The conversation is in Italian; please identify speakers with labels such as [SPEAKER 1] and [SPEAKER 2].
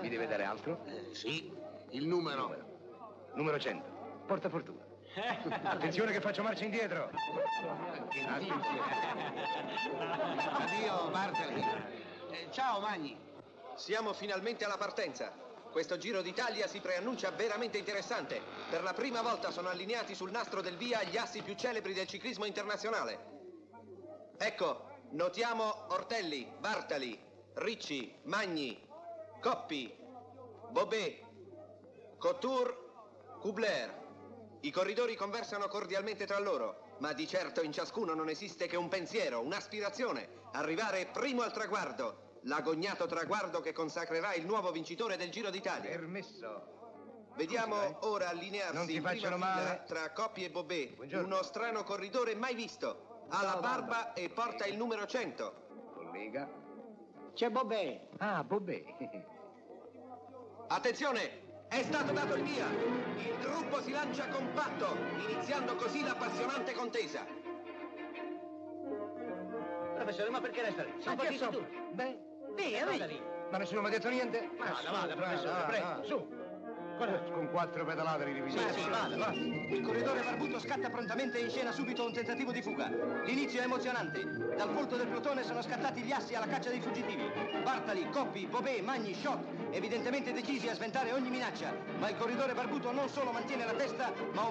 [SPEAKER 1] Mi deve dare altro?
[SPEAKER 2] Eh, sì, il numero.
[SPEAKER 1] Numero 100. Porta fortuna. Attenzione che faccio marcia indietro.
[SPEAKER 2] Che dici? Addio, Bartleby. Eh, ciao, Magni.
[SPEAKER 3] Siamo finalmente alla partenza. Questo Giro d'Italia si preannuncia veramente interessante. Per la prima volta sono allineati sul nastro del via gli assi più celebri del ciclismo internazionale. Ecco, notiamo Ortelli, Bartali, Ricci, Magni, Coppi, Bobet, Couture, Kubler. I corridori conversano cordialmente tra loro, ma di certo in ciascuno non esiste che un pensiero, un'aspirazione, arrivare primo al traguardo, l'agognato traguardo che consacrerà il nuovo vincitore del Giro d'Italia.
[SPEAKER 1] Permesso.
[SPEAKER 3] Vediamo ora
[SPEAKER 1] Non
[SPEAKER 3] allinearsi
[SPEAKER 1] ti
[SPEAKER 3] in prima
[SPEAKER 1] facciano
[SPEAKER 3] fila
[SPEAKER 1] male.
[SPEAKER 3] tra Coppi e Bobet,
[SPEAKER 1] Buongiorno.
[SPEAKER 3] uno strano corridore mai visto. Ha la barba e porta il numero 100.
[SPEAKER 1] Collega.
[SPEAKER 2] C'è Bobè.
[SPEAKER 1] Ah, Bobè.
[SPEAKER 3] Attenzione! È stato dato il via! Il gruppo si lancia compatto, iniziando così l'appassionante contesa.
[SPEAKER 4] Professore, ma perché resta lì?
[SPEAKER 2] Ah,
[SPEAKER 4] Sono partito tu.
[SPEAKER 1] Beh,
[SPEAKER 4] Via,
[SPEAKER 2] Guarda
[SPEAKER 4] via.
[SPEAKER 2] lì.
[SPEAKER 1] ma nessuno mi ha detto niente. Ma
[SPEAKER 4] Vada, vada, professore, prego,
[SPEAKER 1] su. Guarda, Con quattro pedalate li rivediamo.
[SPEAKER 4] Sì, sì, vada, vada.
[SPEAKER 3] Il corridore barbuto scatta prontamente e in scena subito un tentativo di fuga. L'inizio è emozionante. Dal volto del plotone sono scattati gli assi alla caccia dei fuggitivi. Bartali, Coppi, Bobè, Magni, Schott, evidentemente decisi a sventare ogni minaccia. Ma il corridore barbuto non solo mantiene la testa, ma